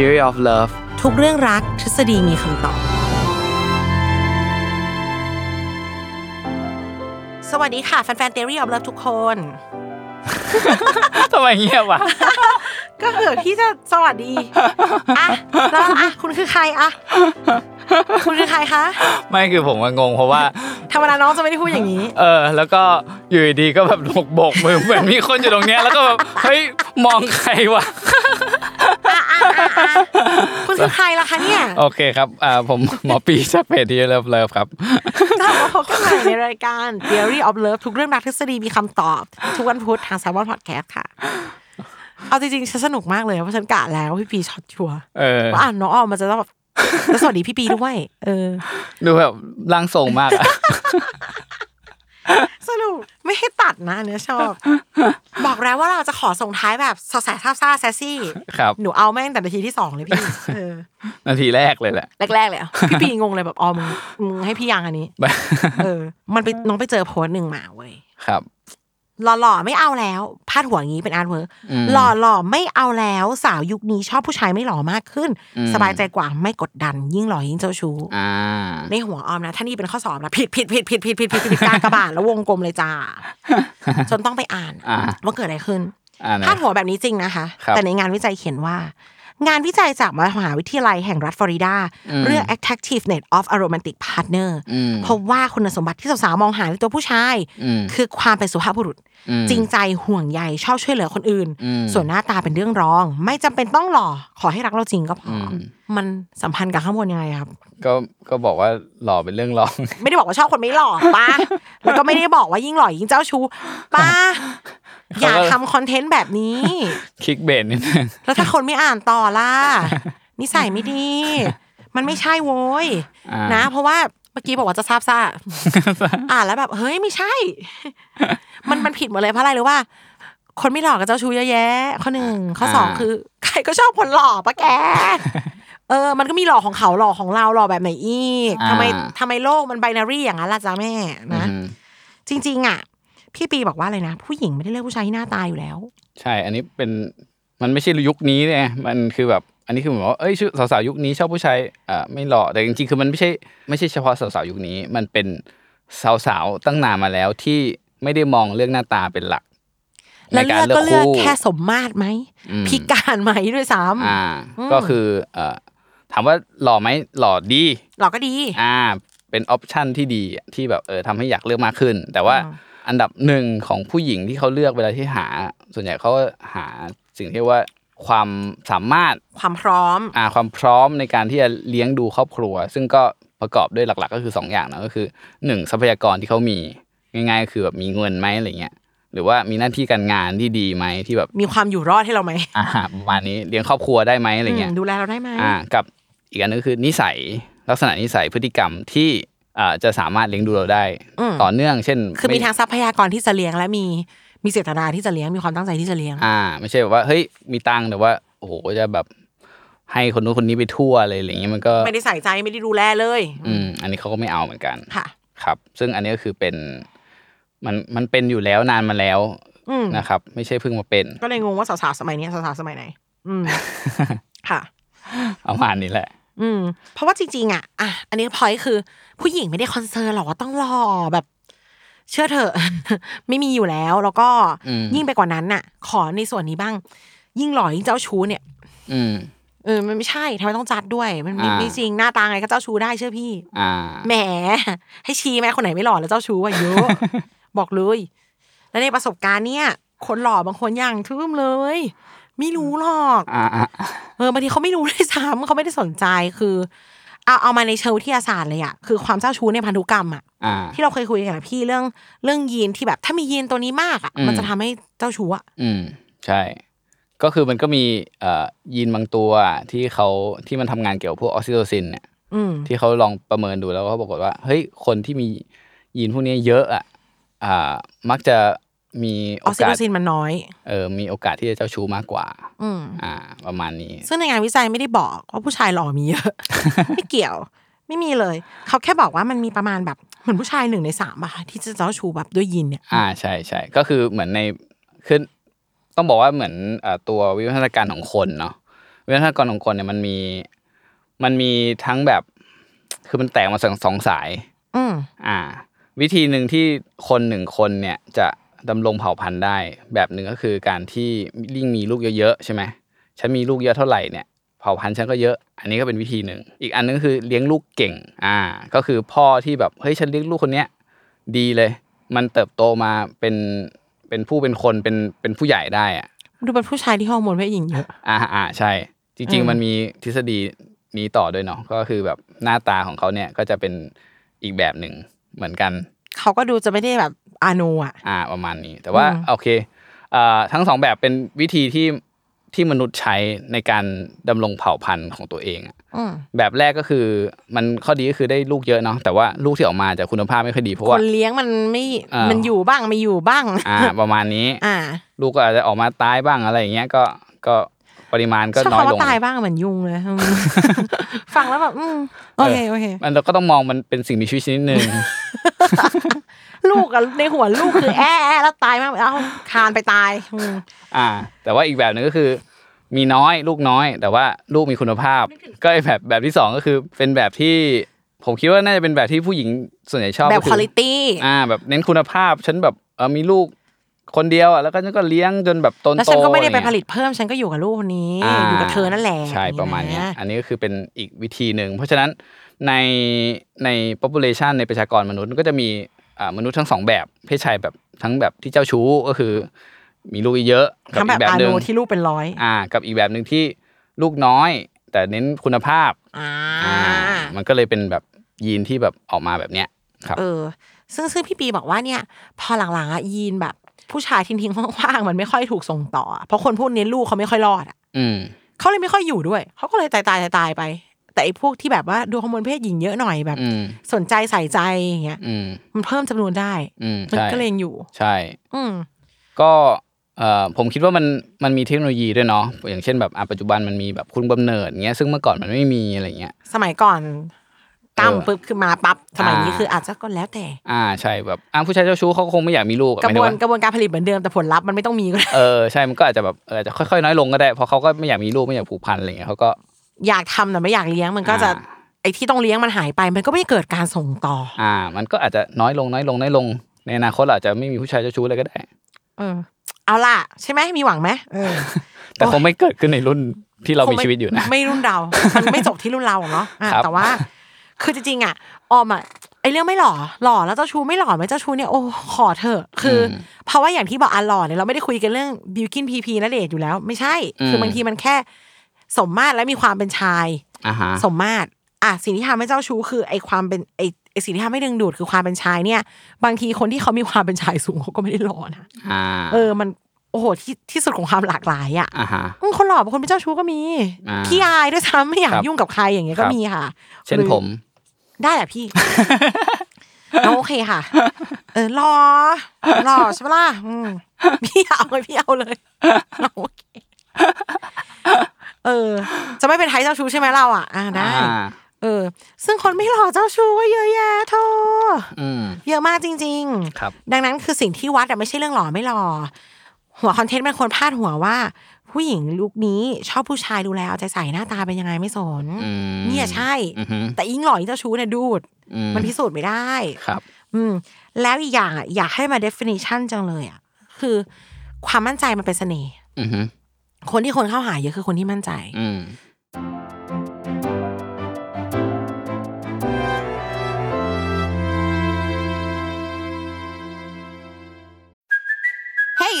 Theory of Love ทุกเรื่องรักทฤษฎีมีคำตอบ สวัสดีค่ะ แฟนๆ Theory of Love ทุกคน ทำไมเงียบวะ ก็เหือที่จะสวัสดี อ่ะ แล้วอ่ะ คุณคือใครอ่ะ คุณคือใครคะ ไม่คือผมว่างงเพราะว่า ธรรมดาน้องจะไม่ได้พูดอย่างนี้ เออ แล้วก็อยู่ดีๆก็แบบบกบกมือเหมือนมีคนอยู่ตรงเนี้ยแล้วก็แบบเฮ้ยมองใครวะ อ่ะอ่ะอ่ะอ่ะคุณคือใครล่ะคะเนี่ย โอเคครับ อ่าผม หมอปีจากเพจ Theory of Love ครับ เรามาพบกันใหม่ในรายการ Theory of Love ทุกเรื่องรักทฤษฎีมีคำตอบ ทุกวันพุธทาง s ซ l m o n Podcast ค่ะ เอาจริงๆฉันสนุกมากเลยเพราะฉันกะแล้วว่าพี่ปีช็อตชัวร์ เอ อ ว่าอ่านน้องออมมันจะต้องแบบ แล้วสวัสดีพี่ปีด้วย เออ ดูแบบร่างทรงมาก อะ สรุปไม่ให้ตัดนะอันเนี้ยชอบ บอกแล้วว่าเราจะขอส่งท้ายแบบสดใสซาบซ่าแซซี่ ครับ หนูเอาแม่งแต่นาทีที่สองเลยพี่ เออ นาทีแรกเลยแหละ แรกๆเลยอะพี่ปีงงเลยแบบออมงมึงให้พี่ยังอันนี้ เออ มันไปน้องไปเจอโพสต์หนึ่งมาเว้ย ครับ หล่อๆไม่เอาแล้วพาดหัวอย่างนี้เป็นอาร์ตเวิร์ก อืม หล่อๆไม่เอาแล้วสาวยุคนี้ชอบผู้ชายไม่หล่อมากขึ้น อืม สบายใจกว่าไม่กดดัน ยิ่งหล่อยิ่งเจ้าชู้ อ่า ในหัวออมนะท่านี่เป็นข้อสอบนะผิดผิดผิดผิดผิดผิดผิดผิดการกระบาดแล้ววงกลมเลย จ้าจนต้องไปอ่าน อ่า ว่าเกิดอะไรขึ้น อ่านะ พาดหัวแบบนี้จริงนะคะ ครับ แต่ในงานวิจัยเขียนว่า งานวิจัยจากมหาวิทยาลัยแห่งรัฐฟลอริดา อืม เรื่อง attractiveness of a romantic partner อืม พบว่าคุณสมบัติที่สาวๆมองหาในตัวผู้ชาย อืม คือความเป็นสุภาพบุรุษ ม จริงใจห่วงใยชอบช่วยเหลือคนอื่น อืม ส่วนหน้าตาเป็นเรื่องรอง ไม่จำเป็นต้องหล่อขอให้รักเราจริงก็พออ ม มันสัมพันธ์กับข้างบนยังไงครับ ก็ก็บอกว่าหล่อเป็นเรื่องรอง ไม่ได้บอกว่าชอบคนไม่หล่อป้า แล้วก็ไม่ได้บอกว่ายิ่งหล่อยิ่งเจ้าชู้ป้า อย่าทำคอนเทนต์แบบนี้ คลิกเบนนิดนึง แล้วถ้าคนไม่อ่านต่อล่ะ นิสัยไม่ดี มันไม่ใช่โว้ย อ่าน นะ เพราะว่าเมื่อกี้บอกว่าจะซาบซ่า อ่านแล้วแบบ เฮ้ยไม่ใช่ มันมันผิดหมดเลยเพราะอะไรหรือว่า คนไม่หล่อกับเจ้าชู้เยอะแยะ ข้อหนึ่งข้อสองคือ ใครก็ชอบคนหล่อปะแก เออ มันก็มีหล่อของเขาหล่อของเราหล่อแบบไหนอีกทำไม อ่า ทำไมโลกมันไบนารีอย่างนั้นล่ะจ้าแม่นะ อืม จริง ๆ อ่ะ พี่ปีบอกว่าอะไรนะ ผู้หญิงไม่ได้เลือกผู้ชายที่หน้าตาอยู่แล้ว ใช่ อันนี้เป็นมันไม่ใช่ยุคนี้เนี่ยมันคือแบบ อันนี้คือเหมือนว่าเอ้ยชื่อสาวๆยุคนี้ชอบผู้ชายอ่าไม่หล่อแต่จริงๆคือมันไม่ใช่ไม่ใช่เฉพาะสาวๆยุคนี้ มันเป็นสาวๆตั้งนานมาแล้วที่ไม่ได้มองเรื่องหน้าตาเป็นหลัก แล้ว ในา เลือกก็เลือก คู่ แค่สมมาตรไหม อืม พิการไหมด้วยซ้ อ่า ก็คือเอ่อถามว่าหล่อไหมหล่อดี ำหล่อก็ดี อ่าเป็นออปชันที่ดีที่แบบเออทำให้อยากเลือกมากขึ้น แต่ว่า อ่า อันดับหนึ่งของผู้หญิงที่เขาเลือกเวลาที่หา ส่วนใหญ่เขาก็หาสิ่งที่เรียกว่าความสามารถ ความพร้อม อ่าความพร้อมในการที่จะเลี้ยงดูครอบครัว ซึ่งก็ประกอบด้วยหลัก ๆ ก็คือ 2 อย่างนะก็คือ 1 ทรัพยากรที่เขามีง่ายๆก็คือแบบมีเงินไหมอะไรเงี้ยหรือว่ามีหน้าที่การงานที่ดีไหมที่แบบ มีความอยู่รอดให้เราไหม อ่าประมาณนี้เลี้ยงครอบครัวได้ไหมอะไรเงี้ย อืมดูแลเราได้ไหม อ่ากับอีกอันนึงคือนิสัยลักษณะนิสัยพฤติกรรมที่อ่าจะสามารถเลี้ยงดูเราได้ อืม ต่อเนื่อง เช่น คือมี ไ ทางทรัพยากรที่จะเลี้ยงและมีมีเจตนาที่จะเลี้ยงมีความตั้งใจที่จะเลี้ยง อ่า ไม่ใช่แบบว่าเฮ้ยมีตังค์แต่ว่าโอ้โหจะแบบให้คนนู้นคนนี้ไปทั่วเลยอะไรอย่างเงี้ยมันก็ ไม่ได้ใส่ใจไม่ได้ดูแลเลย อืมอันนี้เขาก็ไม่เอาเหมือนกัน ค่ะ ครับ ซึ่งอันนี้ก็คือเป็นมันมันเป็นอยู่แล้วนานมาแล้ว อืม นะครับ ไม่ใช่เพิ่งมาเป็น ก็เลยงงว่าสาวๆสมัยเนี้ยสาวๆสมัยไหน อื มค่ะ ประมาณนี้แหละ อืมเพราะว่าจริงๆอ่ะอ่ะ อันนี้พอยคือ ผู้หญิงไม่ได้คอนเซิร์นหรอกว่าต้องหล่อแบบ เชื่อเถอะ ไม่มีอยู่แล้ว แล้วก็ อืม ยิ่งไปกว่านั้นน่ะ ขอในส่วนนี้บ้าง ยิ่งหล่อยิ่งเจ้าชู้เนี่ย อืม เออมันไม่ใช่ทำไมต้องจัดด้วย มันไม่ อ่า ไม่จริงหน้าตาไงก็เจ้าชู้ได้เชื่อพี่ อ่า แหม ให้ชี้ไหมคนไหนไม่หล่อแล้วเจ้าชู้อะเยอะ บอกเลย แล้วในประสบการณ์เนี่ยคนหล่อบางคนอย่างทึมเลย ไม่รู้หรอก อ่าอ่า เออบางทีเขาไม่รู้ด้วยซ้ำเขาไม่ได้สนใจคือเอาเอามาในเชิงวิทยาศาสตร์เลยอะคือความเจ้าชู้ในพันธุกรรมอะ อ่า ที่เราเคยคุยกันอะพี่เรื่องเรื่องยีนที่แบบถ้ามียีนตัวนี้มากอะ อืม มันจะทำให้เจ้าชู้อะ อืม ใช่ ก็คือมันก็มีเอ่อยีนบางตัวที่เขาที่มันทำงานเกี่ยวกับพวกออกซิโตซินเนี่ย อืม ที่เขาลองประเมินดูแล้วก็ปรากฏว่า เฮ้ย คนที่มียีนพวกนี้เยอะอ่ะอ่า มักจะมี อ โอ อกซิ กา โต ส ซินมันน้อย เออมีโอกาสที่จะเจ้าชู้มากกว่า อืม อ่า ประมาณนี้ ซึ่งในงานวิจัยไม่ได้บอกว่าผู้ชายหล่อมีเยอะ ไม่เกี่ยว ไม่มีเลย เขาแค่บอกว่ามันมีประมาณแบบเหมือนผู้ชายหนึ่งในสามอะค่ะที่จะเจ้าชู้แบบด้วยยินเนี่ย อ่าใช่ใช่ก็คือเหมือนในขึ้นต้องบอกว่าเหมือนเอ่อตัววิวัฒนาการของคนเนาะวิวัฒนาการของคนเนี่ยมันมีมันมีทั้งแบบ คือมันแตกมาสองสองสาย อืม อ่า วิธีหนึ่งที่คนหนึ่งคนเนี่ยจะดำรงเผ่าพันธุ์ได้ แบบหนึ่งก็คือการที่ยิ่งมีลูกเยอะๆใช่ไหมฉันมีลูกเยอะเท่าไหร่เนี่ยเผ่าพันธุ์ฉันก็เยอะ อันนี้ก็เป็นวิธีหนึ่งอีกอันนึงก็คือเลี้ยงลูกเก่ง อ่า ก็คือพ่อที่แบบเฮ้ยฉันเลี้ยงลูกคนเนี้ยดีเลย มันเติบโตมาเป็นเป็นผู้เป็นคนเป็นเป็นผู้ใหญ่ได้อ่ะ ดูเป็นผู้ชายที่ฮอร์โมนเพศหญิงเยอะ อ่าอ่าใช่ จริง อืม ๆ มันมีทฤษฎีนี้ต่อด้วยเนาะก็คือแบบหน้าตาของเขาเนี่ยก็จะเป็นอีกแบบหนึ่งเหมือนกัน เขาก็ดูจะไม่ได้แบบอาโนอะ อ่าประมาณนี้ แต่ว่า อืม โอเคอ่าทั้งสองแบบเป็นวิธีที่ที่มนุษย์ใช้ในการดำรงเผ่าพันธุ์ของตัวเองอะ อืม แบบแรกก็คือมันข้อดีก็คือได้ลูกเยอะเนาะแต่ว่าลูกที่ออกมาจะคุณภาพไม่ค่อยดีเพราะ ค ว่า นเลี้ยงมันไม่ อ่ามั มันอยู่บ้างไม่อยู่บ้าง อ่าประมาณนี้ อ่า ลูกก็อาจจะออกมาตายบ้างอะไรอย่างเงี้ยก็ก็ปริมาณก็ ชอบ น้อยลคำว่าง ตายบ้างเหมือนยุงเลย อืม ฟังแล้วแบบอืมโอเคโอเค มันเราก็ต้องมองมันเป็นสิ่งมีชีวิตชนิดหนึ่ง ลูกอะในหัวลูกคือแอะแอะแล้วตายมากเอ้าคานไปตายอืม อ่า แต่ว่าอีกแบบหนึ่งก็คือ มีน้อยลูกน้อย แต่ว่าลูกมีคุณภาพ ก็ไอ้แบบแบบที่สองก็คือเป็นแบบที่ผมคิดว่าน่าจะเป็นแบบที่ผู้หญิงส่วนใหญ่ชอบ แบบ ก็อ quality อ่า แบบเน้นคุณภาพ ฉันแบบเออมีลูกคนเดียวอ่ะแล้วก็ฉันก็เลี้ยงจนแบบโตนโต แล้วฉันก็ไม่ได้ไป อะรเงี้ย ผลิตเพิ่มฉันก็อยู่กับลูกคนนี้ า อยู่กับเธอนั่นแหละ ใช่ประมาณเนี้ย อย่ง อันนี้ก็คือเป็นอีกวิธีหนึ่ง เพราะฉะนั้นในใน population ในประชากรมนุษย์ก็จะมีอ่ามนุษย์ทั้งสองแบบเพศชายแบบทั้งแบบที่เจ้าชู้ก็คือ มีลูกเยอะๆกั ทั้งอีกแบบแบบ อา ห โน นึ่ง ที่ลูกเป็นร้อย อ่า กับอีกแบบหนึ่งที่ลูกน้อย แต่เน้นคุณภาพ อ่า อ่ามันก็เลยเป็นแบบยีนที่แบบออกมาแบบเนี้ยครับ เออ ซึ่งซึ่งพี่ปีบอกว่าเนี่ย พอหลังๆอ่ะยีนแบบ ผู้ชายทิ้งทิ้งๆว่างๆมันไม่ค่อยถูกส่งต่อ เพราะคนพวกนี้ลูกเขาไม่ค่อยรอดอ่ะ อืม เขาเลยไม่ค่อยอยู่ด้วย เขาก็เลยตายตายตายตายๆไป แต่ไอ้พวกที่แบบว่าดูฮอร์โมนเพศหญิงเยอะหน่อยแบบ อืม สนใจใส่ใจอย่างเงี้ย อืม มันเพิ่มจำนวนได้ อืม มัน ใช่ ก็เลยยังอยู่ ใช่ อืม ก็เอ่อผมคิดว่ามันมันมีเทคโนโลยีด้วยเนาะอย่างเช่นแบบอ่ะปัจจุบันมันมีแบบคุณบำเนิดเงี้ยซึ่งเมื่อก่อนมันไม่มีอะไรเงี้ย สมัยก่อนตั้ม เออ ปึ๊บขึ้นมาปั๊บสมัยนี้ อ่า คืออาจจะก็แล้วแต่ อ่าใช่แบบอ่ะผู้ชายเจ้าชู้เขาคงไม่อยากมีลูกอะหกระ มายถึบง วน ว่าก ระบวนการผลิตเหมือนเดิมแต่ผลลัพธ์มันไม่ต้องมีก็ได้ เออใช่มันก็อาจจะแบบเอออาจจะค่อยๆน้อยลงก็ได้เพราะเขาก็ไม่อยากมีลูกไม่อยากผูกพันอะไรเงี้ยเขาก็ อยากทำแต่ไม่อยากเลี้ยงมันก็จะ อ่า ไอ้ที่ต้องเลี้ยงมันหายไป มันก็ไม่เกิดการส่งต่อ อ่า มันก็อาจจะน้อยลงน้อยลงน้อยลง ในอนาคตเราอาจจะไม่มีผู้ชายเจ้าชู้เลยก็ได้ เออ เอาล่ะ ใช่ไหมมีหวังไหมเออ แต่คงไม่เกิดขึ้นในรุ่นที่เรา คง มี ไ ชีวิตอยู่นะ ไม่รุ่นเรา มันไม่จบที่รุ่นเราหรอกเนาะอ่ะ ครับ แต่ว่า คือจริงๆอ่ะออมอ่ะไอ้เรื่องไม่หล่อหล่อแล้วเจ้าชู้ไม่หล่อไหมเจ้าชู้เนี่ยโอ้ขอเถอะคืออเพราะว่าอย่างที่บอกอ่ะหล่อเนี่ยเราไม่ได้คุยกันเรื่องบิวกินพีพีและเดทอยู่แล้ว ไม่ใช่ คือบางทีมันแค่ สมมาตรและมีความเป็นชาย อ่าฮะ สมมาตรอ่ะสิ่งที่ทำให้เจ้าชู้คือไอความเป็นไอไอสิ่งที่ทำให้ดึงดูดคือความเป็นชายเนี่ย บางทีคนที่เขามีความเป็นชายสูงเขาก็ไม่ได้หล่อนะ อ่า เออมันโอ้โหที่ที่สุดของความหลากหลายอ่ะ อ่าฮะ อืมคนหล่อบางคนเป็นเจ้าชู้ก็มี อ่า ขี้อายด้วยซ้ำไม่อยาก ครับ ยุ่งกับใครอย่างเงี้คยรับก็มีค่ะ เช่น หรือ ผม ได้แหละ พี่ เอาโอเคค่ะ เออหล่อหล่อใช่ปะล่ะอืมพี่เอาเลยพี่เอาเลยเอาโอเคเออ จะไม่เป็นไทยเจ้าชู้ใช่ไหมเราอ่ะอ่าได้ อ่า เออ ซึ่งคนไม่หล่อเจ้าชู้ก็เยอะแยะโธ่ อืม เยอะมากจริง ครับ ดังนั้นคือสิ่งที่วัดอะไม่ใช่เรื่องหล่อไม่หล่อ หัวคอนเทนต์มันควรพาดหัวว่า ผู้หญิงลุคนี้ชอบผู้ชายดูแลเอาใจใส่หน้าตาเป็นยังไงไม่สน อืม เนี่ยใช่ อือฮึ แต่ยิ่งหล่อยิ่งเจ้าชู้เนี่ยดูด อื มันพิสูจน์ไม่ได้ ครับ อืม แล้วอีกอย่างอ่ะอยากให้มา definition จังเลยอ่ะคือความมั่นใจมันเป็นเสน่ห์ อือฮึ คนที่คนเข้าหาเยอะคือคนที่มั่นใจ อืม Hey,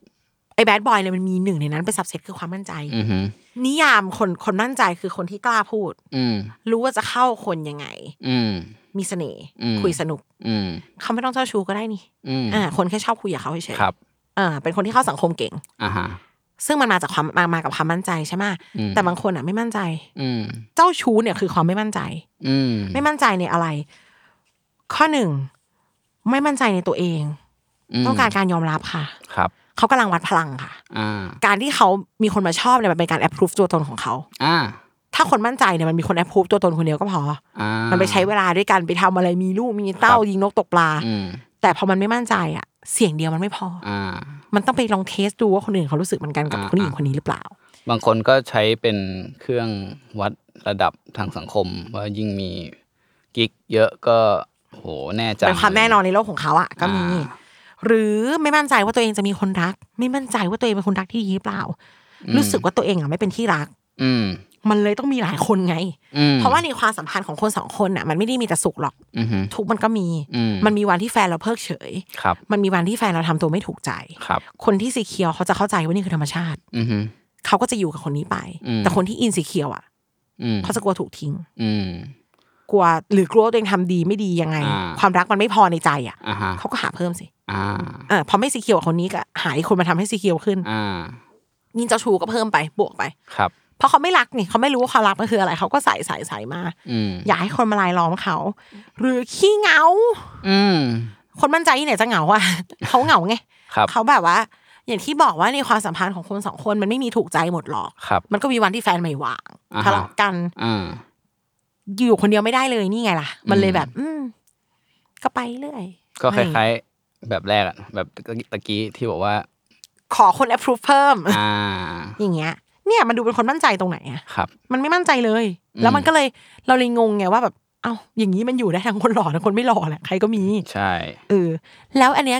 ไอ้แบดบอยเนี่ยมันมีหนึ่งในนั้นเป็นสับเซตคือความมั่นใจ อือฮึ นิยามคนคนมั่นใจคือคนที่กล้าพูด อืม รู้ว่าจะเข้าคนยังไง อืม มีเสน่ห์ อืม คุยสนุก อืม เขาไม่ต้องเจ้าชู้ก็ได้นี่ อืม อ่าคนแค่ชอบคุยกับเขาเฉย ครับ ๆอ่าเป็นคนที่เข้าสังคมเก่ง อ่าฮะ ซึ่งมันมาจากความมามากับความมั่นใจใช่ไหมะ อืม แต่บางคนอ่ะไม่มั่นใจ อืม เจ้าชู้เนี่ยคือความไม่มั่นใจ อืม ไม่มั่นใจในอะไร ข้อหนึ่งไม่มั่นใจในตัวเอง ม ต้องการการยอมรับค่ะ ครับ เขากำลังวัดพลังค่ะ อ่า การที่เขามีคนมาชอบเนี่ยมันเป็นการแอปพรูฟตัวตนของเขา อ่า ถ้าคนมั่นใจเนี่ยมันมีคนแอปพรูฟตัวตนคนเดียวก็พอ อ่ามั มันไปใช้เวลาด้วยกันไปทำอะไรมีลูกมีเต้า ครับ ยิงนกตกปลา อืม แต่พอมันไม่มั่นใจอะเสียงเดียวมันไม่พออ อ่า มันต้องไปลองเทสดูว่าคนอื่นเขารู้สึกเหมือนกันกับ อ่า คนหญิงคนนี้หรือเปล่า บางคนก็ใช้เป็นเครื่องวัดระดับทางสังคม ว่ายิ่งมีกิ๊กเยอะก็โหแน่ใจ เป็นความแน่นอนในโลกของเขาอะก็มี อ่า หรือไม่มั่นใจว่าตัวเองจะมีคนรัก ไม่มั่นใจว่าตัวเองเป็นคนรักที่ดีหรือเปล่า รู้สึกว่าตัวเองอะไม่เป็นที่รัก อืม มันเลยต้องมีหลายคนไง อืม เพราะว่าในความสัมพันธ์ของคนสองคนอะมันไม่ได้มีแต่สุขหรอก อือฮึ ทุกข์มันก็มี อืม มันมีวันที่แฟนเราเพิกเฉย ครับ มันมีวันที่แฟนเราทำตัวไม่ถูกใจ ครับ คนที่สีเขียวเขาจะเข้าใจว่านี่คือธรรมชาติ อือฮึ เขาก็จะอยู่กับคนนี้ไป อืม แต่คนที่อินสีเขียวอ่ะ อืม เขาจะกลัวถูกทิ้ง อืม กลัวหรือกลัวว่าตัวเองทำดีไม่ดียังไง อ่า ความรักมันไม่พอในใจอ่ะ อ่าฮะ เขาก็หาเพิ่มสิ อ่า อ่าพอไม่สีเขียวกับคนนี้ก็หาอีกคนมาทำให้สีเขียวขึ้น อ่า ยิ่งเจ้าชูก็เพิ่มไปบวกไป ครับ เพราะเขาไม่รักนี่เขาไม่รู้ว่าความรักมันคืออะไร เขาก็ใส่ใส่ใส่มา อืม อยากให้คนมาลายล้อมเขา หรือขี้เหงา อืม คนมั่นใจที่ไหนจะเหงาอ่ะ เขาเหงาไง ครับ เขาแบบว่า อย่างที่บอกว่าในความสัมพันธ์ของคนสองคนมันไม่มีถูกใจหมดหรอก ครับ มันก็มีวันที่แฟนไม่ว่าง อ่าฮะ ทะเลาะกัน อ่า อยู่คนเดียวไม่ได้เลยนี่ไงล่ะ มันเลยแบบ อืมก็ไปเรื่อย ก็ค ไม่ ล้ายๆ แบบแรกอะแบบตะกี้ที่บอกว่า ขอคน approve เพิ่ม อ่า อย่างเงี้ย เนี่ยมันดูเป็นคนมั่นใจตรงไหนอะ ครับ มันไม่มั่นใจเลย อืม แล้วมันก็เลยเราเลยงงไงว่าแบบ เอ้าอย่างนี้มันอยู่ได้ทั้งคนหล่อทั้งคนไม่หล่อแหละใครก็มี ใช่ เออแล้วอันเนี้ย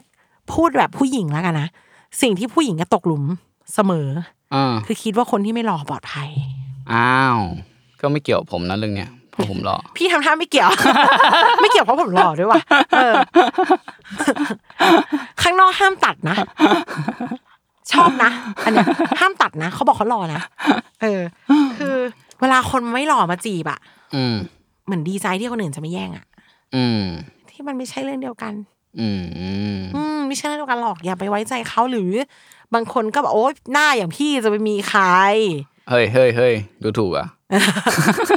พูดแบบผู้หญิงแล้วกันนะสิ่งที่ผู้หญิงก็ตกหลุมเสมอ อ่า คือคิดว่าคนที่ไม่หล่อปลอดภัย อ้าว ก็ไม่เกี่ยวผมนะเรื่องเนี้ยเพราะผมหล่อ พี่ทำท่าไม่เกี่ยว ไม่เกี่ยวเพราะผมหล่อด้วยว่ะเออ ข้างนอกห้ามตัดนะ ชอบนะ อันเนี้ยห้ามตัดนะเขาบอกเขาหล่อนะเออ คือ เวลาคนไม่หล่อมาจีบอะ อืม เหมือนดีใจที่คนอื่นจะไม่แย่งอะ อืม ที่มันไม่ใช่เรื่องเดียวกัน อืม อืมไม่ใช่เรื่องเดียวกันหรอกอย่าไปไว้ใจเขาหรือ บางคนก็บอกโอ๊ยหน้าอย่างพี่จะไปมีใค ร เฮ้ยเฮ้ยเฮ้ยดูถูกอ่ะ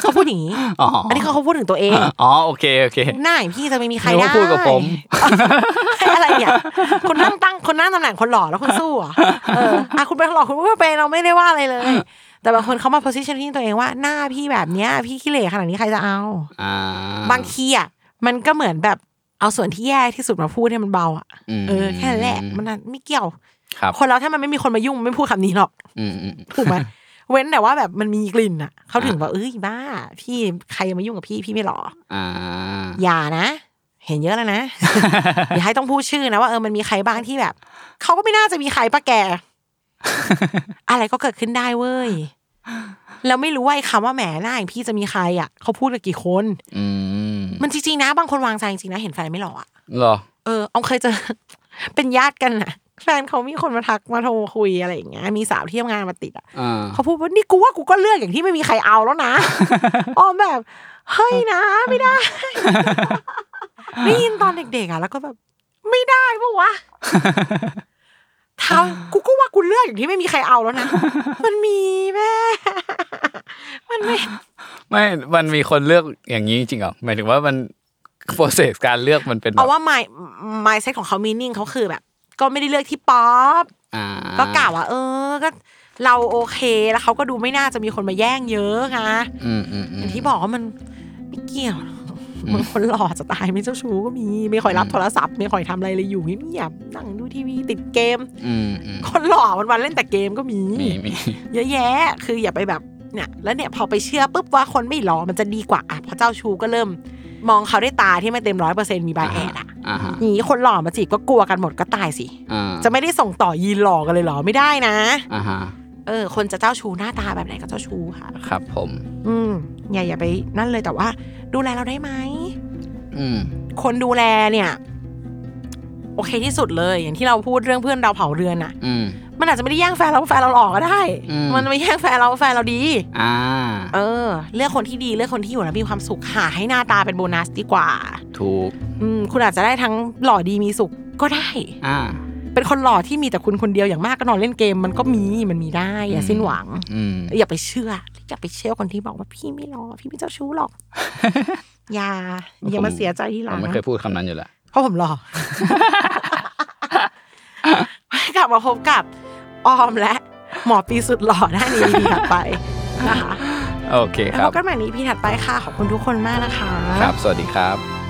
เขาพูดอย่างนี้ อ๋อ อันนี้เขาเขาพูดถึงตัวเอง อ๋อ โอเค โอเค หน้าอย่างพี่จะไปมีใคร นึกว่าได้พูดกับผม อะไรเนี่ยคนนั่งตั้งคนนั่งตำแหน่งคนหล่อแล้วคนสู้เหรอเอออ่ะคุณเป็นคนหล่อคุณก็เป็นเราไม่ได้ว่าอะไรเลย แต่บางคนเขามา positioning ตัวเองว่าหน้าพี่แบบเนี้ย พี่ขี้เหร่ขนาดนี้ใครจะเอา อ่า บางทีอ่ะมันก็เหมือนแบบเอาส่วนที่แย่ที่สุดมาพูดให้มันเบาอ่ะ ม เออแค่นั้นแหละมันน่ะไม่เกี่ยว ครับ คนเราถ้ามันไม่มีคนมายุ่งไม่พูดคำนี้หรอก อืมอืม ถูกไหม เว้นแต่ว่าแบบมันมีกลิ่นอ่ะเขาถึงว่าเอ้ยบ้า พี่ใครมายุ่งกับพี่พี่ไม่หล่อ อ่า อย่านะ เห็นเยอะแล้ว นะ อย่าให้ต้องพูดชื่อนะว่าเออมันมีใครบ้างที่แบบเขาก็ไม่น่าจะมีใครปะแก อะไรก็เกิดขึ้นได้เว้ยแล้วไม่รู้ว่าไอ้คำว่าแหมหน้าอย่างพี่จะมีใครอ่ะเขาพูดกับกี่คน อืม มันจริงๆนะ บางคนวางใจจริงๆนะ เห็นแฟนไม่หล่ออ่ะ เหรอ เออเอาเคยเจอ เป็นญาติกันอ่ะ แฟนเขามีคนมาทักมาโทรคุยอะไรอย่างเงี้ยมีสาวที่ทำงานมาติดอ่ะ อ่า เขาพูดว่านี่กูว่ากูก็เลือกอย่างที่ไม่มีใครเอาแล้ว นะ ออมแบบ เฮ้ยนะ ไม่ได้ ได้ยินตอนเด็กๆอ่ะ แล้วก็แบบ ไม่ได้ปะ วะทำกูก็ว่ากูเลือกอย่างที่ไม่มีใครเอาแล้วนะ มันมีแม่ มันไม่ ไม่ มันมีคนเลือกอย่างนี้จริงเหรอ หมายถึงว่ามันโปรเซสการเลือกมันเป็นแบ เอา บ ว่าไมไมเซ็ตของเขามีนิ่งเขาคือแบบ ก็ไม่ได้เลือกที่ป๊อป อ่า ก็กล่าวว่า เออ ก็ เราโอเค แล้วเขาก็ดูไม่น่าจะมีคนมาแย่งเยอะนะ อืมอืมอื อ ม ย่างที่บอกว่ามันไม่เกี่ยวบางคนหล่อจะตายไม่เจ้าชู้ก็มี ไม่ค่อยรับโทรศัพท์ ไม่ค่อยทำอะไรเลยอยู่เงียบๆนั่งดูทีวีติดเกม อืมอืม คนหล่อวันๆเล่นแต่เกมก็มี มีมี เยอะแยะ คืออย่าไปแบบเนี่ย แล้วเนี่ยพอไปเชื่อปุ๊บว่าคนไม่หล่อมันจะดีกว่าอ่ะเพราะเจ้าชู้ก็เริ่ม มองเขาด้วยตาที่ไม่เต็มร้อยเปอร์เซ็นต์มีบายแอดอ่ะ อ่าฮะ อย่างนี้คนหล่อมาจีบก็กลัวกันหมดก็ตายสิ อ่า จะไม่ได้ส่งต่อยีนหล่อกันเลยเหรอไม่ได้นะ อ่าฮะ เออ คนจะเจ้าชู้หน้าตาแบบไหนก็เจ้าชู้ค่ะ ครับผม อืมอย่าอย่าไปนั่นเลยแต่ว่า ดูแลเราได้ไหม อืม คนดูแลเนี่ย โอเคที่สุดเลย อย่างที่เราพูดเรื่องเพื่อนเราเผาเรือนอะ อืม มันอาจจะไม่ได้แย่งแฟนเราแฟนเราหลอกก็ได้ อืม มันไม่แย่งแฟนเราแฟนเราดี อ่า เออ เลือกคนที่ดีเลือกคนที่อยู่แล้วมีความสุขหาให้หน้าตาเป็นโบนัสดีกว่า ถูก อืมคุณอาจจะได้ทั้งหล่อดีมีสุขก็ได้ อ่า เป็นคนหล่อที่มีแต่คุณคนเดียวอย่างมากก็นอนเล่นเกม มันก็มีมันมีได้อย่าสิ้นหวัง อืม อย่าไปเชื่อ อย่าไปเชื่อคนที่บอกว่าพี่ไม่หล่อพี่ไม่เจ้าชู้หร อก อย่าอย่ามาเสียใจทีห ผ ลั ม ง ไม่เคยพูดคำนั้นอยู่แล้ว เพราะผม รอ กลับมาพบกับออมและ หมอปีสุดหล่อได้ ใน EP ถัดไปนะคะ โอเค แล้ครัวพบบ กันใหม่ใน EP ถัดไปค่ะ ขอบคุณทุกคนมากนะคะ ครับ สวัสดีครับ